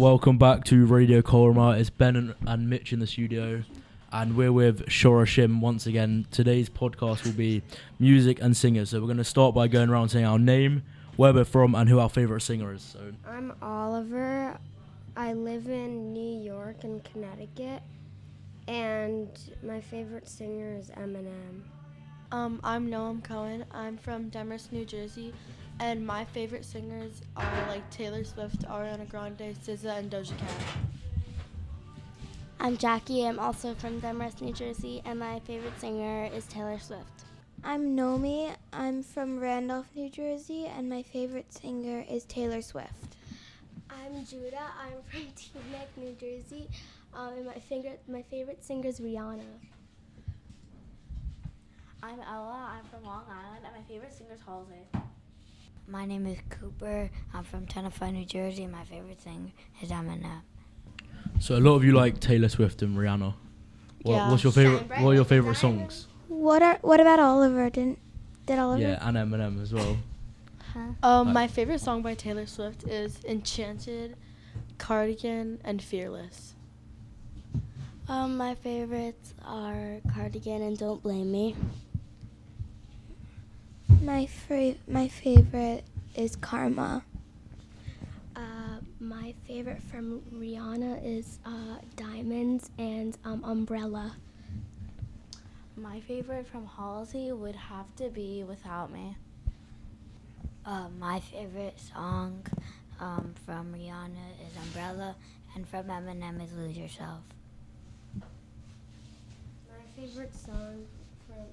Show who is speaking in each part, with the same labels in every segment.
Speaker 1: Welcome back to Radio Colmar. It's Ben and, and Mitch in the studio, and we're with Shorashim once again. Today's podcast will be music and singers. So we're going to start by going around saying our name, where we're from, and who our favorite singer is. So
Speaker 2: I'm Oliver. I live in New York and Connecticut, and my favorite singer is Eminem.
Speaker 3: Um, I'm Noam Cohen. I'm from Demers, New Jersey, and my favorite singers are like Taylor Swift, Ariana Grande, SZA, and Doja Cat.
Speaker 4: I'm Jackie. I'm also from Demorest, New Jersey, and my favorite singer is Taylor Swift.
Speaker 5: I'm Nomi. I'm from Randolph, New Jersey, and my favorite singer is Taylor Swift.
Speaker 6: I'm Judah. I'm from Teaneck, New Jersey, um, and my finger, my favorite singer is Rihanna.
Speaker 7: I'm Ella. I'm from Long Island, and my favorite singer is Halsey.
Speaker 8: My name is Cooper. I'm from Tenafly, New Jersey, and my favorite singer is Eminem.
Speaker 1: so a lot of you like Taylor Swift and Rihanna. What,
Speaker 3: Yeah.
Speaker 1: What's your favorite? What are your favorite songs?
Speaker 5: What are What about Oliver? Didn't did Oliver?
Speaker 1: Yeah, and Eminem as well.
Speaker 3: Um, my
Speaker 1: Nice.
Speaker 3: favorite song by Taylor Swift is Enchanted, Cardigan, and Fearless.
Speaker 4: Um, my favorites are Cardigan and Don't Blame Me.
Speaker 5: My fra- my favorite is Karma.
Speaker 6: Uh, my favorite from Rihanna is uh, Diamonds and um, Umbrella.
Speaker 7: My favorite from Halsey would have to be Without Me.
Speaker 8: Uh, my favorite song um, from Rihanna is Umbrella, and from Eminem is Lose Yourself.
Speaker 2: My favorite song from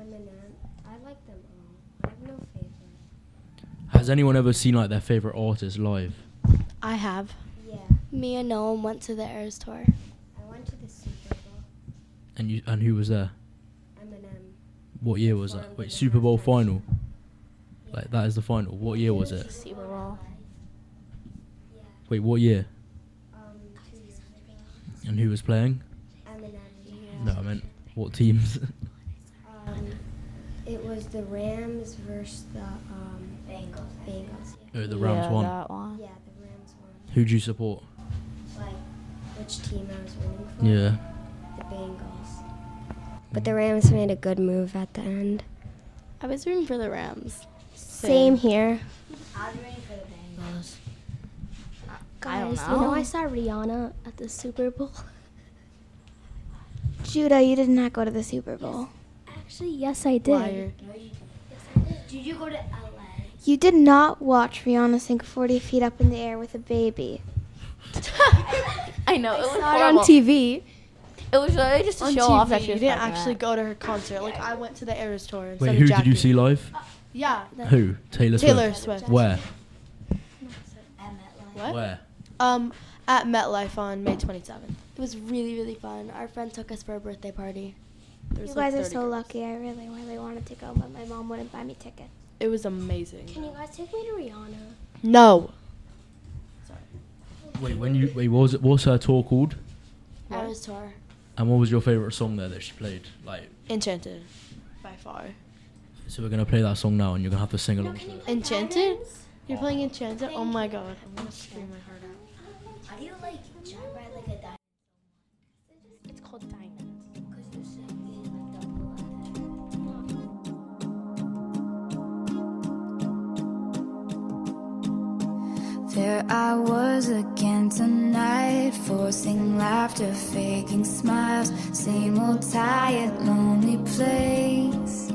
Speaker 2: Eminem. I like them all. I have no favorite.
Speaker 1: Has anyone ever seen like their favorite artist live?
Speaker 3: I have.
Speaker 2: Yeah,
Speaker 4: Me and Noam went to the Airs tour.
Speaker 2: I went to the Super Bowl.
Speaker 1: And you and who was there?
Speaker 2: Eminem.
Speaker 1: What year was that? Wait, Super Bowl final. Like that is the final. What year was it?
Speaker 7: Super Bowl.
Speaker 1: Wait, what year?
Speaker 2: Um, two years ago.
Speaker 1: And who was playing?
Speaker 2: Eminem.
Speaker 1: No, I meant what teams?
Speaker 2: Um, it was the Rams versus the um, Bengals. Bengals. Yeah.
Speaker 1: oh, the Rams
Speaker 7: yeah,
Speaker 1: won.
Speaker 7: That one.
Speaker 2: yeah, the Rams won.
Speaker 1: Who do you support?
Speaker 2: Like which team I was rooting for?
Speaker 1: Yeah.
Speaker 2: The Bengals. But the Rams made a good move at the end.
Speaker 4: I was rooting for the Rams.
Speaker 2: Same, here.
Speaker 8: I was ready for the Bengals.
Speaker 7: I don't
Speaker 6: Guys, you know
Speaker 7: know.
Speaker 6: I saw Rihanna at the Super Bowl.
Speaker 5: Judah, you did not go to the Super Bowl.
Speaker 6: Actually, yes, I did.
Speaker 3: Liar.
Speaker 8: Did you go to LA?
Speaker 5: You did not watch Rihanna sing 40 feet up in the air with a baby.
Speaker 7: I know. It was
Speaker 5: Not
Speaker 7: horrible.
Speaker 5: on TV.
Speaker 7: It was really just to
Speaker 3: On
Speaker 7: show off
Speaker 3: TV,
Speaker 7: that she
Speaker 3: you
Speaker 7: was
Speaker 3: didn't
Speaker 7: fucking
Speaker 3: actually
Speaker 7: rap.
Speaker 3: go to her concert. Like I went to the Eras tour. instead
Speaker 1: Wait,
Speaker 3: of
Speaker 1: who did you
Speaker 3: Jackie.
Speaker 1: see live?
Speaker 2: Uh,
Speaker 3: Yeah,
Speaker 1: Who? Taylor Swift.
Speaker 3: Taylor Swift.
Speaker 1: Where?
Speaker 3: What?
Speaker 1: Where?
Speaker 3: Um, at MetLife on May 27th.
Speaker 4: It was really, really fun. Our friend took us for a birthday party.
Speaker 3: There
Speaker 5: You
Speaker 3: was, like,
Speaker 5: guys are
Speaker 3: 30
Speaker 5: so
Speaker 3: girls.
Speaker 5: lucky. I really, really wanted to go, but my mom wouldn't buy me tickets.
Speaker 3: It was amazing.
Speaker 6: Can you guys take me to Rihanna?
Speaker 3: No.
Speaker 1: Wait, when you wait, what was it? What's her tour called?
Speaker 3: What?
Speaker 4: Airs tour.
Speaker 1: And what was your favorite song there that she played? Like,
Speaker 3: Enchanted, by far.
Speaker 1: so we're gonna play that song now, and you're gonna have to sing along. to it.
Speaker 3: Enchanted? You're playing Enchanted? Oh my god. I'm gonna scream my heart out.
Speaker 8: Are you like trying by like a diamond?
Speaker 7: It's called Diamonds.
Speaker 8: Because you're singing like double.
Speaker 9: There I was again tonight, forcing laughter, faking smiles, same old tired, lonely place.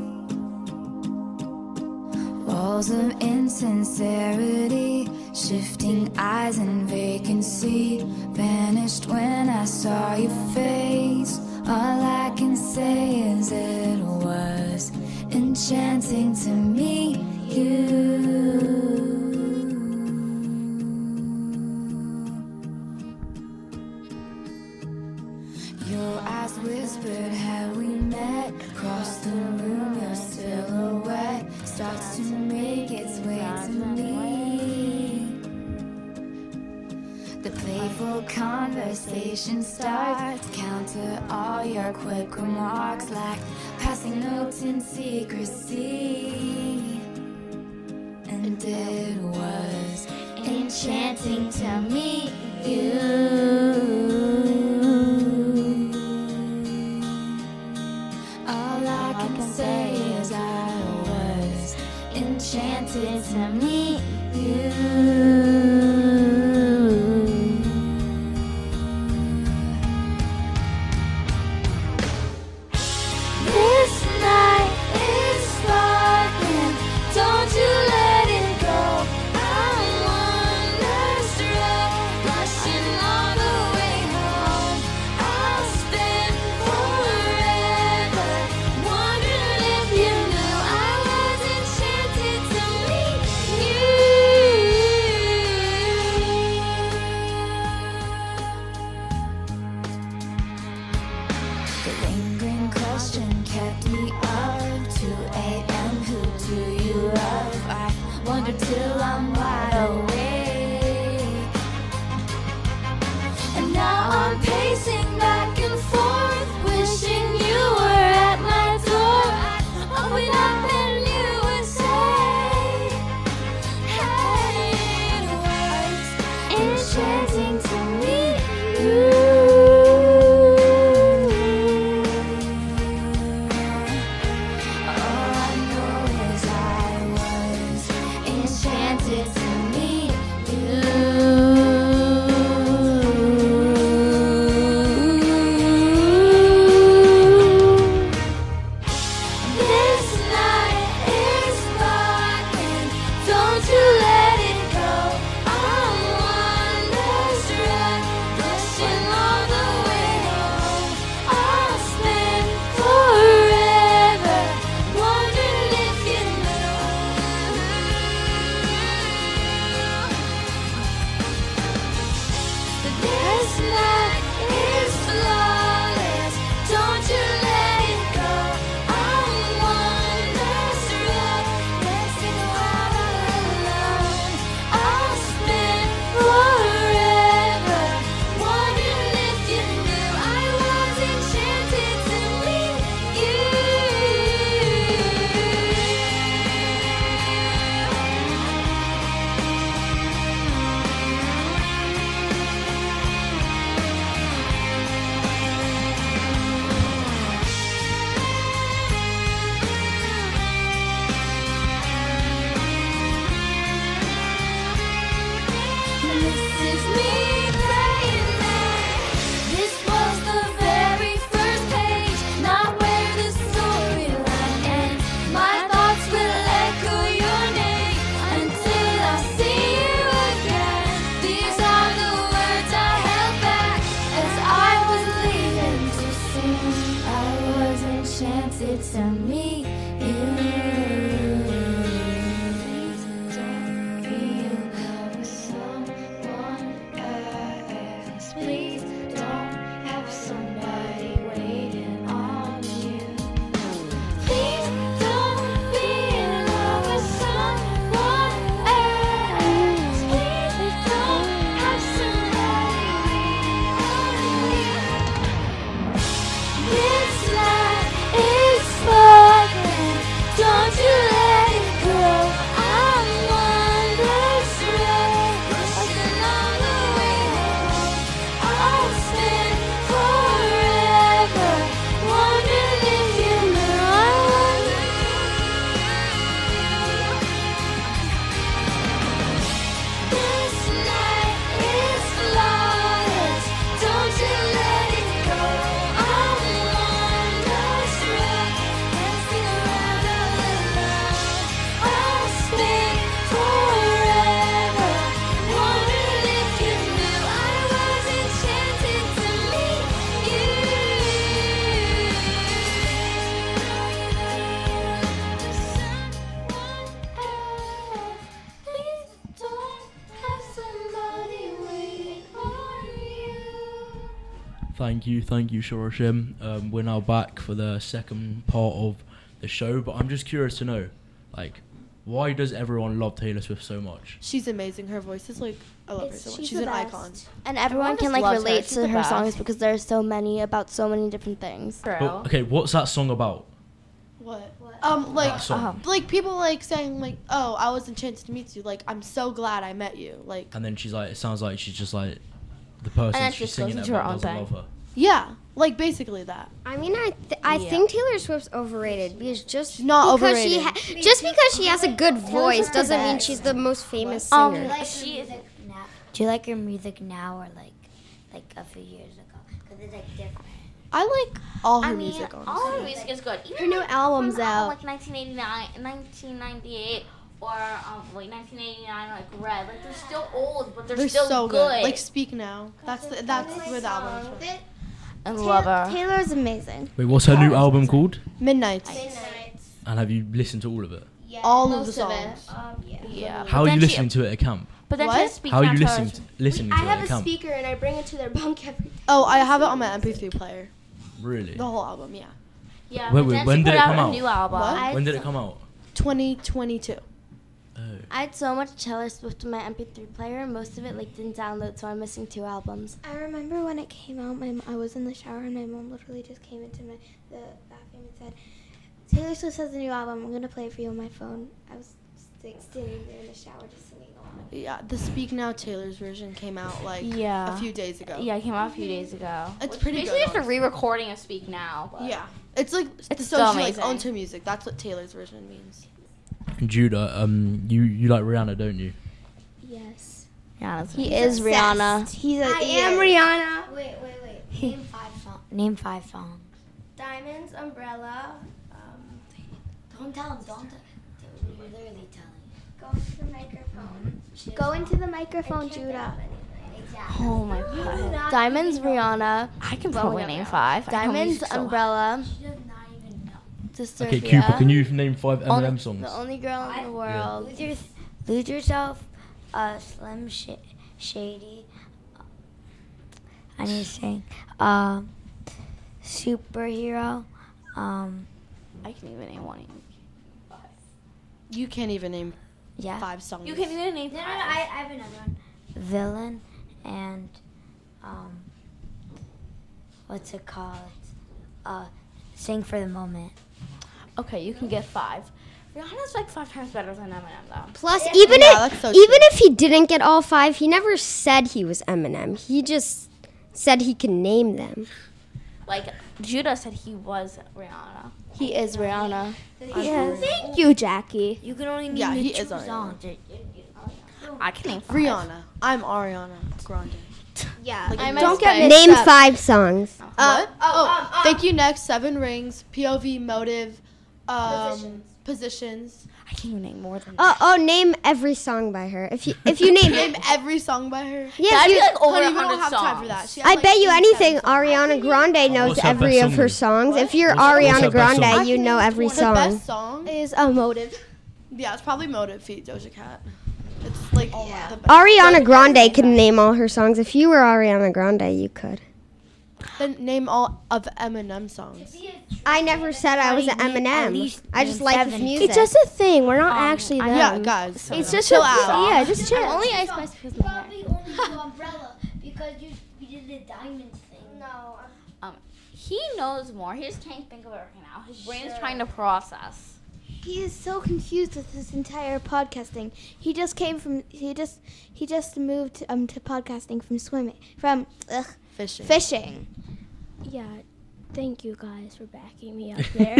Speaker 9: Walls of insincerity, shifting eyes and vacancy, vanished when I saw your face. All I can say is it was enchanting to meet you. Your eyes whispered how we met. Across the room, your silhouette starts to make its way to me. The playful conversation starts. Counter all your quick remarks like passing notes in secrecy. And it was enchanting to meet
Speaker 10: water till I'm wide awake. And now I'm pacing back and forth, wishing you were at my door. Open up and you would say, Hey, it was enchanting to meet you. All I know is I was enchanted to meet you. This night is mine. Don't you let it go. I'm wonderstruck, rushing all the way home. I'll spend forever. Wondering if you knew This night is flawless Don't you let it go I'm wonderstruck Resting while alone I'll spend forever Wondering if you knew I was enchanted to meet you This is me praying that this was the very first page, not where the storyline ends. My thoughts will echo your name until I see you again. These are the words I held back as I was leaving to sing. I was enchanted to meet you. Please don't have somebody waiting on you. Please don't be in love with someone else. Please don't have somebody waiting on you. This life is sparkling. Don't you let it go. I'm wonderstruck, rushing all the way home. I'll spend forever wondering if you knew I was. This night is flawless. Don't you let it go. I'm wonderstruck, dancing around all alone. I'll spend forever wondering if you knew I was enchanted to meet you. Please don't have somebody waiting on you.
Speaker 1: Thank you, thank you, Shorashim. Um, we're now back for the second part of the show, but I'm just curious to know, like, why does everyone love Taylor Swift so much?
Speaker 3: She's amazing. Her voice is like I love
Speaker 5: It's-
Speaker 3: her so much.
Speaker 5: she's
Speaker 3: She's
Speaker 5: the
Speaker 3: an
Speaker 5: best.
Speaker 3: icon.
Speaker 4: And everyone,
Speaker 7: Everyone
Speaker 4: can
Speaker 7: just
Speaker 4: like
Speaker 7: loves her.
Speaker 4: relate
Speaker 7: She's
Speaker 4: to
Speaker 7: the
Speaker 4: her
Speaker 7: best.
Speaker 4: songs because there are so many about so many different things.
Speaker 7: Bro.
Speaker 1: But, okay, what's that song about?
Speaker 3: What? Um, like,
Speaker 1: That
Speaker 4: Uh-huh.
Speaker 1: song.
Speaker 3: like people like saying like, oh, I was enchanted to meet you. Like, I'm so glad I met you. Like,
Speaker 1: And then she's like, it sounds like she's just like the person
Speaker 7: then she
Speaker 1: she's
Speaker 7: just
Speaker 1: singing about
Speaker 7: goes into her own
Speaker 1: doesn't
Speaker 7: thing.
Speaker 1: love her.
Speaker 3: yeah, like basically that.
Speaker 2: I mean, I th- I
Speaker 7: Yeah.
Speaker 2: think Taylor Swift's overrated because just
Speaker 3: She's not
Speaker 2: because she
Speaker 3: overrated.
Speaker 2: ha- just because she has a good voice doesn't mean she's the most famous
Speaker 4: Um,
Speaker 2: singer.
Speaker 8: Oh, Like she is now. Do you like her music now or like like a few years ago? Because it's like different.
Speaker 3: I like all her music. Honestly.
Speaker 8: all her music is good. Even
Speaker 5: Her new
Speaker 8: like,
Speaker 5: album's
Speaker 8: from, um,
Speaker 5: out.
Speaker 8: Like 1989, 1998, or um, like 1989, like Red. Like they're still old, but they're,
Speaker 3: They're
Speaker 8: still
Speaker 3: so good.
Speaker 8: good.
Speaker 3: Like, speak now. That's the, that's where the album's from.
Speaker 7: And
Speaker 5: Ta-
Speaker 7: lover.
Speaker 5: Taylor's amazing.
Speaker 1: Wait, what's her new album called?
Speaker 3: Midnight.
Speaker 1: And have you listened to all of it?
Speaker 3: All of the songs.
Speaker 7: Yeah.
Speaker 1: How are you
Speaker 7: Uh, then she-
Speaker 1: listening to it at camp?
Speaker 7: But then
Speaker 3: What?
Speaker 7: she has speak
Speaker 1: How are
Speaker 7: now
Speaker 1: you
Speaker 7: to
Speaker 1: listening
Speaker 7: us.
Speaker 1: to, listening
Speaker 5: I
Speaker 1: to it
Speaker 5: have
Speaker 1: at
Speaker 5: a
Speaker 1: camp?
Speaker 5: speaker and I bring it to their bunk every day.
Speaker 3: Oh, I have it on my MP3 player.
Speaker 1: Really?
Speaker 3: The whole album. Yeah.
Speaker 7: Yeah.
Speaker 1: Wait,
Speaker 7: but
Speaker 1: wait,
Speaker 7: then
Speaker 1: when
Speaker 7: she
Speaker 1: did
Speaker 7: put
Speaker 1: it come
Speaker 7: out
Speaker 1: out?
Speaker 7: a new album.
Speaker 3: What?
Speaker 1: When did it come out?
Speaker 3: 2022.
Speaker 1: Oh,
Speaker 4: I had so much Taylor Swift in my MP3 player. Most of it like didn't download, so I'm missing two albums.
Speaker 5: I remember when it came out, my, m- I was in the shower and my mom literally just came into my, the bathroom and said, Taylor Swift has a new album. I'm going to play it for you on my phone. I was like, standing there in the shower just singing along.
Speaker 3: Yeah, the Speak Now Taylor's version came out like
Speaker 7: Yeah. Mm-hmm.
Speaker 3: a few days ago.
Speaker 7: Yeah, it came out a few days ago.
Speaker 3: It's
Speaker 7: Which
Speaker 3: pretty
Speaker 7: Basically,
Speaker 3: good,
Speaker 7: just a
Speaker 3: honestly.
Speaker 7: re-recording of Speak Now. But
Speaker 3: Yeah. It's like
Speaker 7: It's
Speaker 3: so
Speaker 7: so
Speaker 3: she like
Speaker 7: amazing.
Speaker 3: onto music. That's what Taylor's version means.
Speaker 1: Judah, um, you you like Rihanna, don't you?
Speaker 6: Yes.
Speaker 7: yeah
Speaker 4: He is Rihanna.
Speaker 5: He's a,
Speaker 2: I
Speaker 5: he
Speaker 8: E
Speaker 2: am
Speaker 5: is.
Speaker 2: Rihanna.
Speaker 6: Wait, wait, wait.
Speaker 8: Name five song. Name five songs.
Speaker 6: Diamonds, umbrella. Um,
Speaker 8: Don't tell him. Don't. You're literally telling.
Speaker 6: go into the microphone.
Speaker 5: Go into the microphone, Judah.
Speaker 8: Exactly.
Speaker 7: Oh my god.
Speaker 4: Diamonds, Rihanna.
Speaker 7: I can
Speaker 4: Blowing
Speaker 7: probably
Speaker 4: up
Speaker 7: name
Speaker 4: now.
Speaker 7: five. I can
Speaker 4: Diamonds,
Speaker 7: music so-
Speaker 4: Umbrella,
Speaker 8: She does not even know.
Speaker 4: Disturbia.
Speaker 1: Okay, Cooper, can you name five Eminem
Speaker 4: Only-
Speaker 1: songs?
Speaker 4: The only girl in the world.
Speaker 8: Lose, your, lose yourself. Uh, Slim sh- Shady. I need to sing. Um, superhero. Um,
Speaker 7: I can even name one.
Speaker 3: You can't even name
Speaker 8: yeah.
Speaker 3: five songs.
Speaker 7: You can even name
Speaker 8: No, no, no. I, I have another one. Villain and um, what's it called? Uh, sing for the moment.
Speaker 7: Okay, you can get five. Rihanna's like five times better than Eminem though.
Speaker 2: Plus, even
Speaker 3: Yeah,
Speaker 2: if
Speaker 3: that's so
Speaker 2: even if he didn't get all five, he never said he was Eminem. He just said he can name them.
Speaker 7: Like Judah said, he was Rihanna.
Speaker 4: He is Rihanna.
Speaker 5: Thank you, Jackie.
Speaker 8: You can only name
Speaker 3: Yeah,
Speaker 8: the
Speaker 3: he
Speaker 8: two
Speaker 3: is alright.
Speaker 8: songs.
Speaker 7: I can name five.
Speaker 3: Rihanna. I'm Ariana Grande.
Speaker 5: Yeah.
Speaker 3: Like,
Speaker 7: I'm
Speaker 5: Don't get
Speaker 7: Spain.
Speaker 5: mixed
Speaker 2: Name
Speaker 5: up.
Speaker 2: five songs.
Speaker 3: Uh, oh,
Speaker 7: um,
Speaker 3: thank you. Next, Seven Rings, POV, Motive, um, positions.
Speaker 7: I can even name more than.
Speaker 2: Oh, oh, name every song by her. If you if you name
Speaker 3: Name every song by her.
Speaker 2: yeah,
Speaker 7: That'd
Speaker 2: if
Speaker 7: be
Speaker 2: you-
Speaker 7: like over
Speaker 3: Honey,
Speaker 7: a
Speaker 3: we don't
Speaker 7: hundred
Speaker 3: have
Speaker 7: songs.
Speaker 3: time for that. She has,
Speaker 2: I
Speaker 3: like,
Speaker 2: bet you
Speaker 3: 87
Speaker 2: anything.
Speaker 3: songs.
Speaker 2: Ariana Grande knows
Speaker 1: What's her
Speaker 2: every
Speaker 1: best
Speaker 2: of her songs. If you're
Speaker 1: What's- what's her best
Speaker 2: Ariana
Speaker 1: song?
Speaker 2: Grande, you know every
Speaker 3: Her
Speaker 2: song.
Speaker 3: best song
Speaker 5: Is a motive.
Speaker 3: Yeah, it's probably Motive Feet Doja Cat. It's like the best.
Speaker 2: Ariana Grande could name all her songs. If you were Ariana Grande, you could.
Speaker 3: Then name all of Eminem songs.
Speaker 2: I never said I was an
Speaker 8: At
Speaker 2: Eminem.
Speaker 8: least
Speaker 2: I just
Speaker 8: name
Speaker 2: like his
Speaker 8: seven.
Speaker 2: music.
Speaker 6: It's just a thing. We're not actually them.
Speaker 3: Yeah, guys.
Speaker 6: It's just
Speaker 3: Chill
Speaker 6: a
Speaker 3: out.
Speaker 6: yeah. Just chill.
Speaker 4: Only Ice Spice because my hair.
Speaker 8: Probably only do umbrella because you we did the diamond thing. No.
Speaker 7: Um, He knows more. He just can't think of it right now. His brain is trying to process.
Speaker 5: He is so confused with this entire podcasting. He just came from he just he just moved um to podcasting from swimming from ugh,
Speaker 3: Fishing.
Speaker 5: fishing.
Speaker 6: yeah. Thank you guys for backing me up there.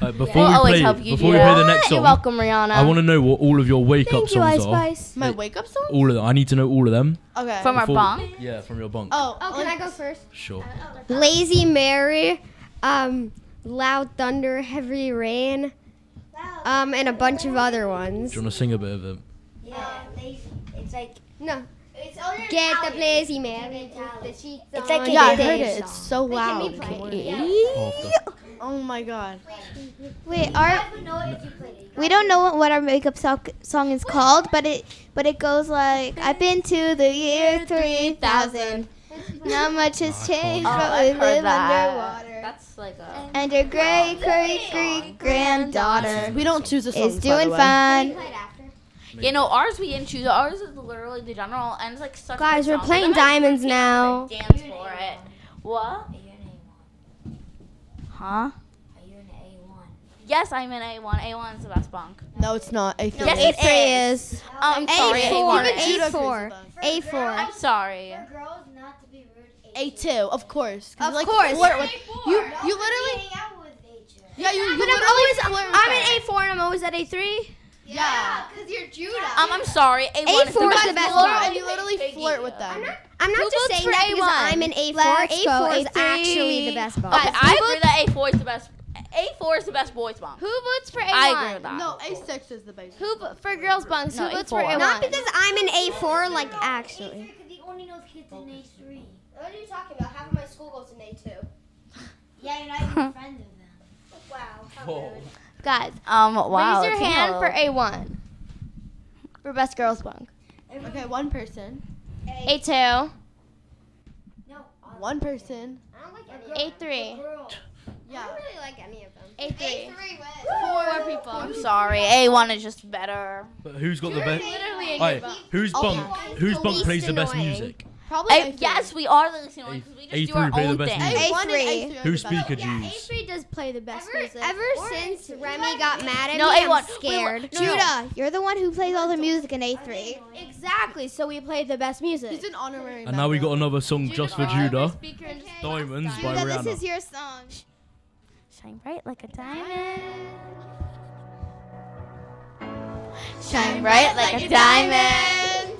Speaker 1: Uh, before
Speaker 7: We'll
Speaker 1: we
Speaker 7: always
Speaker 1: play,
Speaker 7: help you,
Speaker 1: before we
Speaker 7: Judah.
Speaker 1: play the next
Speaker 4: You're
Speaker 1: song,
Speaker 4: welcome, Rihanna.
Speaker 1: I want to know what all of your wake up
Speaker 5: Thank you, Ice
Speaker 1: songs are.
Speaker 5: Spice.
Speaker 3: My wake up song?
Speaker 1: All of them. I need to know all of them.
Speaker 3: Okay.
Speaker 7: From our
Speaker 1: Before-
Speaker 7: bong.
Speaker 1: Yeah, from your bunk.
Speaker 3: oh, like-
Speaker 2: first?
Speaker 1: Sure.
Speaker 2: Oh, Lazy Mary, um, Loud Thunder, Heavy Rain, um, and a bunch of other ones.
Speaker 1: Do you want to sing a bit of them?
Speaker 8: Yeah, lazy. It's like
Speaker 2: No. Get the lazy Mary. with the sheets
Speaker 8: It's like
Speaker 2: on.
Speaker 8: a
Speaker 3: Yeah, I
Speaker 8: It
Speaker 3: heard
Speaker 8: is.
Speaker 3: it. It's so loud. Oh my god.
Speaker 5: Wait, our we don't know what, what our makeup so- song is called, but it but it goes like I've been to the year three thousand. Not much has changed,
Speaker 1: Oh,
Speaker 5: but we live underwater.
Speaker 7: That's like a.
Speaker 5: And your great great great granddaughter
Speaker 3: We don't choose a song.
Speaker 5: is doing fine.
Speaker 7: You know, ours we didn't choose. Ours is literally the general, and it's like such. a
Speaker 2: Guys,
Speaker 7: good
Speaker 2: we're
Speaker 7: song.
Speaker 2: playing
Speaker 7: But then I
Speaker 2: diamonds
Speaker 7: can't,
Speaker 2: now.
Speaker 7: like, Dance for it. What?
Speaker 8: Are you an A1?
Speaker 7: Huh?
Speaker 8: Are you an A1?
Speaker 7: Yes, I'm in A1. A1 is the best bunk.
Speaker 3: No, it's not. A
Speaker 7: Yes,
Speaker 3: three.
Speaker 7: it
Speaker 5: It
Speaker 7: is.
Speaker 5: is.
Speaker 7: Oh, I'm sorry.
Speaker 2: Um, four.
Speaker 7: A1
Speaker 2: Even
Speaker 7: is.
Speaker 2: Judah agrees A4. with A4.
Speaker 7: I'm sorry.
Speaker 8: For girls, not to be rude.
Speaker 3: A two, of course. 'cause
Speaker 2: Of
Speaker 3: you like
Speaker 2: course.
Speaker 3: Flirt with, you, you
Speaker 8: I
Speaker 3: literally.
Speaker 8: hang out with A two.
Speaker 3: Yeah, you. you
Speaker 2: But I'm
Speaker 3: literally
Speaker 2: always
Speaker 3: flirt with
Speaker 2: I'm
Speaker 3: her.
Speaker 2: an A4 and I'm always at A3.
Speaker 3: Yeah.
Speaker 7: Um, I'm sorry. A1 is
Speaker 2: A4 is
Speaker 7: best
Speaker 2: the best
Speaker 7: bunk.
Speaker 2: bunk.
Speaker 3: And you literally flirt with them.
Speaker 2: I'm not
Speaker 7: Who
Speaker 2: just
Speaker 7: votes
Speaker 2: saying
Speaker 7: for
Speaker 2: that because
Speaker 7: A1?
Speaker 2: I'm an A4.
Speaker 5: Let's go,
Speaker 2: A4 is
Speaker 5: A3.
Speaker 2: actually the best ball.
Speaker 7: Okay, I agree that A4 is the best. A4 is the best boys bunk.
Speaker 6: Who votes for A1?
Speaker 7: I agree with that.
Speaker 3: No, A six is the base.
Speaker 6: Who vo- for girls bunks?
Speaker 7: No,
Speaker 6: who votes for
Speaker 7: A4.
Speaker 6: A1?
Speaker 2: Not because I'm an A4, like actually.
Speaker 8: Because he only knows kids in A3.
Speaker 2: What are you talking about? Half of my school goes in A2.
Speaker 8: Yeah, you're not even friends with them.
Speaker 11: 哦
Speaker 6: guys,
Speaker 7: Um, wow.
Speaker 6: raise your
Speaker 7: it's
Speaker 6: hand
Speaker 7: yellow.
Speaker 6: for A1. For best girls bunk.
Speaker 3: Okay, one person.
Speaker 6: A2,
Speaker 8: No,
Speaker 3: One person.
Speaker 8: I don't like
Speaker 6: A3.
Speaker 2: Yeah. I don't really like any of them.
Speaker 7: A three.
Speaker 2: A three wins.
Speaker 7: Four people. I'm sorry. A1 is just better.
Speaker 1: But who's got the best?
Speaker 7: Literally a
Speaker 1: Hey,
Speaker 7: good bunk.
Speaker 1: who's
Speaker 7: Okay.
Speaker 1: bunk? Who's
Speaker 7: The
Speaker 1: bunk
Speaker 7: least
Speaker 1: plays the best
Speaker 7: annoying.
Speaker 1: music?
Speaker 7: Probably
Speaker 12: A- yes, we are the least
Speaker 1: A
Speaker 12: annoying because we just
Speaker 1: three
Speaker 12: do our
Speaker 1: play the
Speaker 12: own
Speaker 1: best
Speaker 12: thing.
Speaker 1: music.
Speaker 2: A1 and A3 are
Speaker 1: Who
Speaker 2: the
Speaker 1: speak
Speaker 2: best.
Speaker 1: could
Speaker 2: Yeah,
Speaker 1: use?
Speaker 2: Three does play the best ever, music. Ever since Remy got mad at
Speaker 5: No,
Speaker 2: me,
Speaker 5: A1.
Speaker 2: I'm scared.
Speaker 5: Wait, wait, no, no. Judah, you're the one who plays all the music in A3.
Speaker 2: Exactly. So we played the best music. He's
Speaker 3: an honorary.
Speaker 1: And now we got another song just for Judah. Diamonds by
Speaker 5: Judah, this
Speaker 1: Rihanna.
Speaker 5: is your song.
Speaker 12: Shine bright like a diamond.
Speaker 7: Shine bright like, a diamond.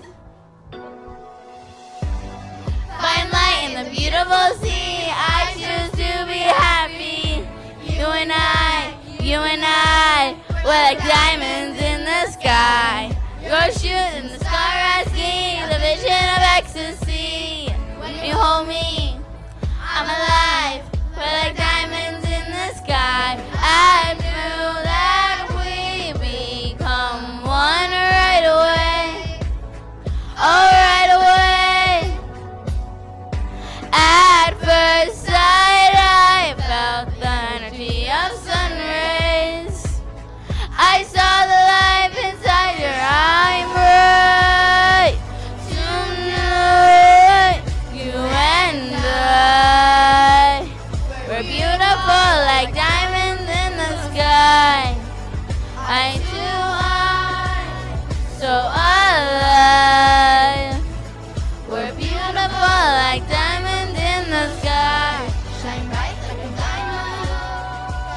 Speaker 7: Find light in the beautiful sea. I choose to be happy. You and I, you and I, we're like diamonds in the sky. You're shooting the star I see, the vision of ecstasy. When you hold me, I'm alive. We're like diamonds in the sky. I knew that we become one right away. Oh, right away. At first sight, I felt the energy of sun rays. I saw the life inside your eye. Tonight, you and I. We're beautiful like diamonds in the sky. I too are so alive. We're beautiful like diamonds in the sky. Shine bright like a diamond.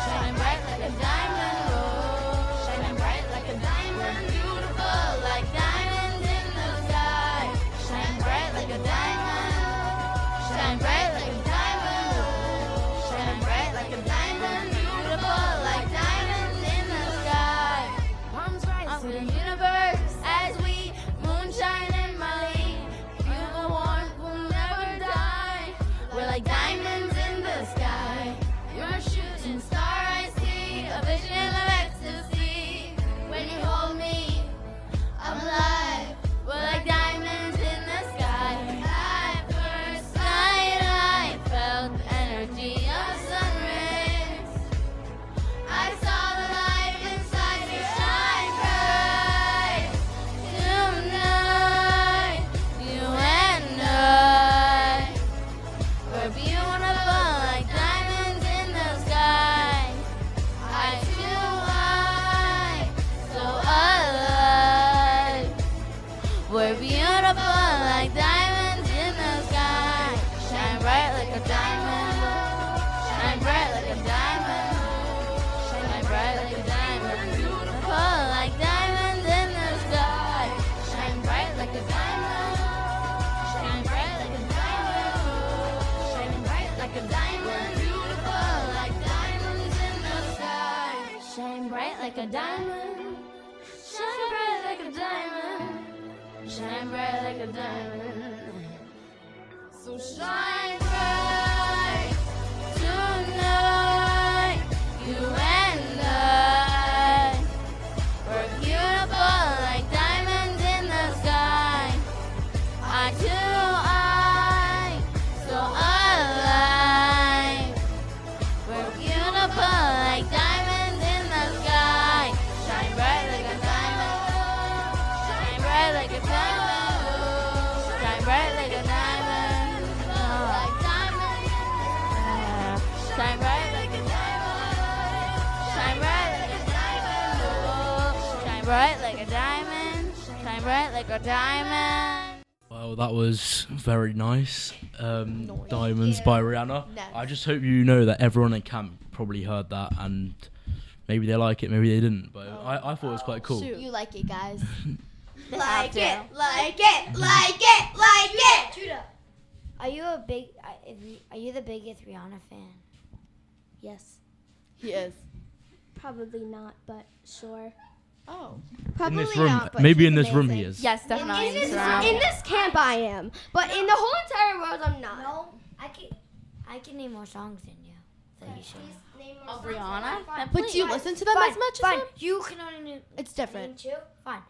Speaker 7: Shine bright like a diamond. Oh, shine bright like a diamond. We're beautiful like diamonds in the sky. Shine bright like a diamond. Shine bright like a diamond. Oh, shine bright like a diamond. Beautiful like diamonds in the sky. Palms rise to the universe as we moonshine and Mali. Feel the warmth will never die. We're like diamonds in the sky. You're a shooting star I see, a vision of ecstasy. When you hold me, I'm alive. We're like diamonds in the sky. At first sight, I felt the energy of sun rays. I saw the light inside your eye bright. Tonight, you and I, we're beautiful like diamonds in the sky. I too high, so alive. We're beautiful like diamonds in the sky. Shine bright like a diamond. Shine bright like a diamond. Shine bright like a diamond. Beautiful like diamonds in the sky. Shine bright like a diamond. Shine bright like a diamond. Shine bright like a diamond. Beautiful like diamonds in the sky. Shine bright like a diamond. Shine bright like a diamond. Shine bright like a diamond. So shine bright tonight, you and I. We're beautiful like diamonds in the sky. Our two eyes, so alive. We're beautiful like diamonds in the sky. Shine bright like a diamond. Shine bright like a diamond. Shine bright like a diamond. Oh, like diamond. Uh, Shine bright like a diamond. Shine bright like a diamond. Oh, Shine bright like a diamond. Shine bright like a diamond.
Speaker 1: Well, that was very nice. Um, Diamonds by Rihanna.
Speaker 7: Nice.
Speaker 1: I just hope you know that everyone at camp probably heard that and maybe they like it, maybe they didn't. But I, I thought it was quite cool.
Speaker 3: You like it, guys.
Speaker 7: Like it,
Speaker 3: like it, like it, like it.
Speaker 2: Judah.
Speaker 8: Are you a big? are- if you- Are you the biggest Rihanna fan?
Speaker 6: Yes.
Speaker 3: He is.
Speaker 6: Probably not, but sure.
Speaker 3: Oh.
Speaker 1: In this
Speaker 2: Probably
Speaker 1: room,
Speaker 2: not, but
Speaker 1: maybe
Speaker 2: she's
Speaker 1: in this room he
Speaker 2: amazing.
Speaker 1: is.
Speaker 7: Yes, definitely.
Speaker 2: In this,
Speaker 7: Surround.
Speaker 2: in this camp, I am, but in the whole entire world, I'm not.
Speaker 8: No, I can. I can name more songs than you. So you should. know.
Speaker 7: Of Rihanna? Then
Speaker 3: But
Speaker 7: please.
Speaker 3: do you listen to them
Speaker 8: fine,
Speaker 3: as much
Speaker 8: fine.
Speaker 3: as him?
Speaker 8: You can only name,
Speaker 3: It's
Speaker 8: name
Speaker 3: different.
Speaker 8: two. Fine.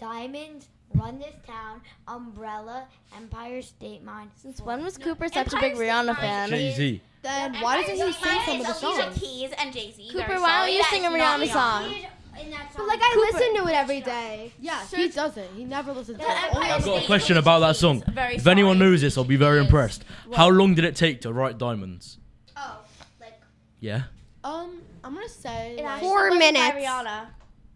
Speaker 8: Diamonds, Run This Town, Umbrella, Empire State Mine.
Speaker 7: Since when was Cooper such a big Rihanna fan?
Speaker 1: Jay Z.
Speaker 3: Then why doesn't he sing some of the songs?
Speaker 7: Keys and Jay Z.
Speaker 3: Cooper, why don't you sing a Rihanna song?
Speaker 10: But like I
Speaker 3: Cooper.
Speaker 10: listen to it every day.
Speaker 3: Yeah, he doesn't. He never listens to
Speaker 7: Yeah,
Speaker 3: it. Only
Speaker 1: Oh, I've
Speaker 3: on
Speaker 1: got a question about that song.
Speaker 3: very
Speaker 1: If anyone knows this, I'll be very impressed. How long did it take to write Diamonds?
Speaker 10: Oh,
Speaker 1: Yeah.
Speaker 3: Um, I'm gonna say
Speaker 10: It
Speaker 3: like,
Speaker 10: actually Four wasn't by minutes.
Speaker 3: Rihanna.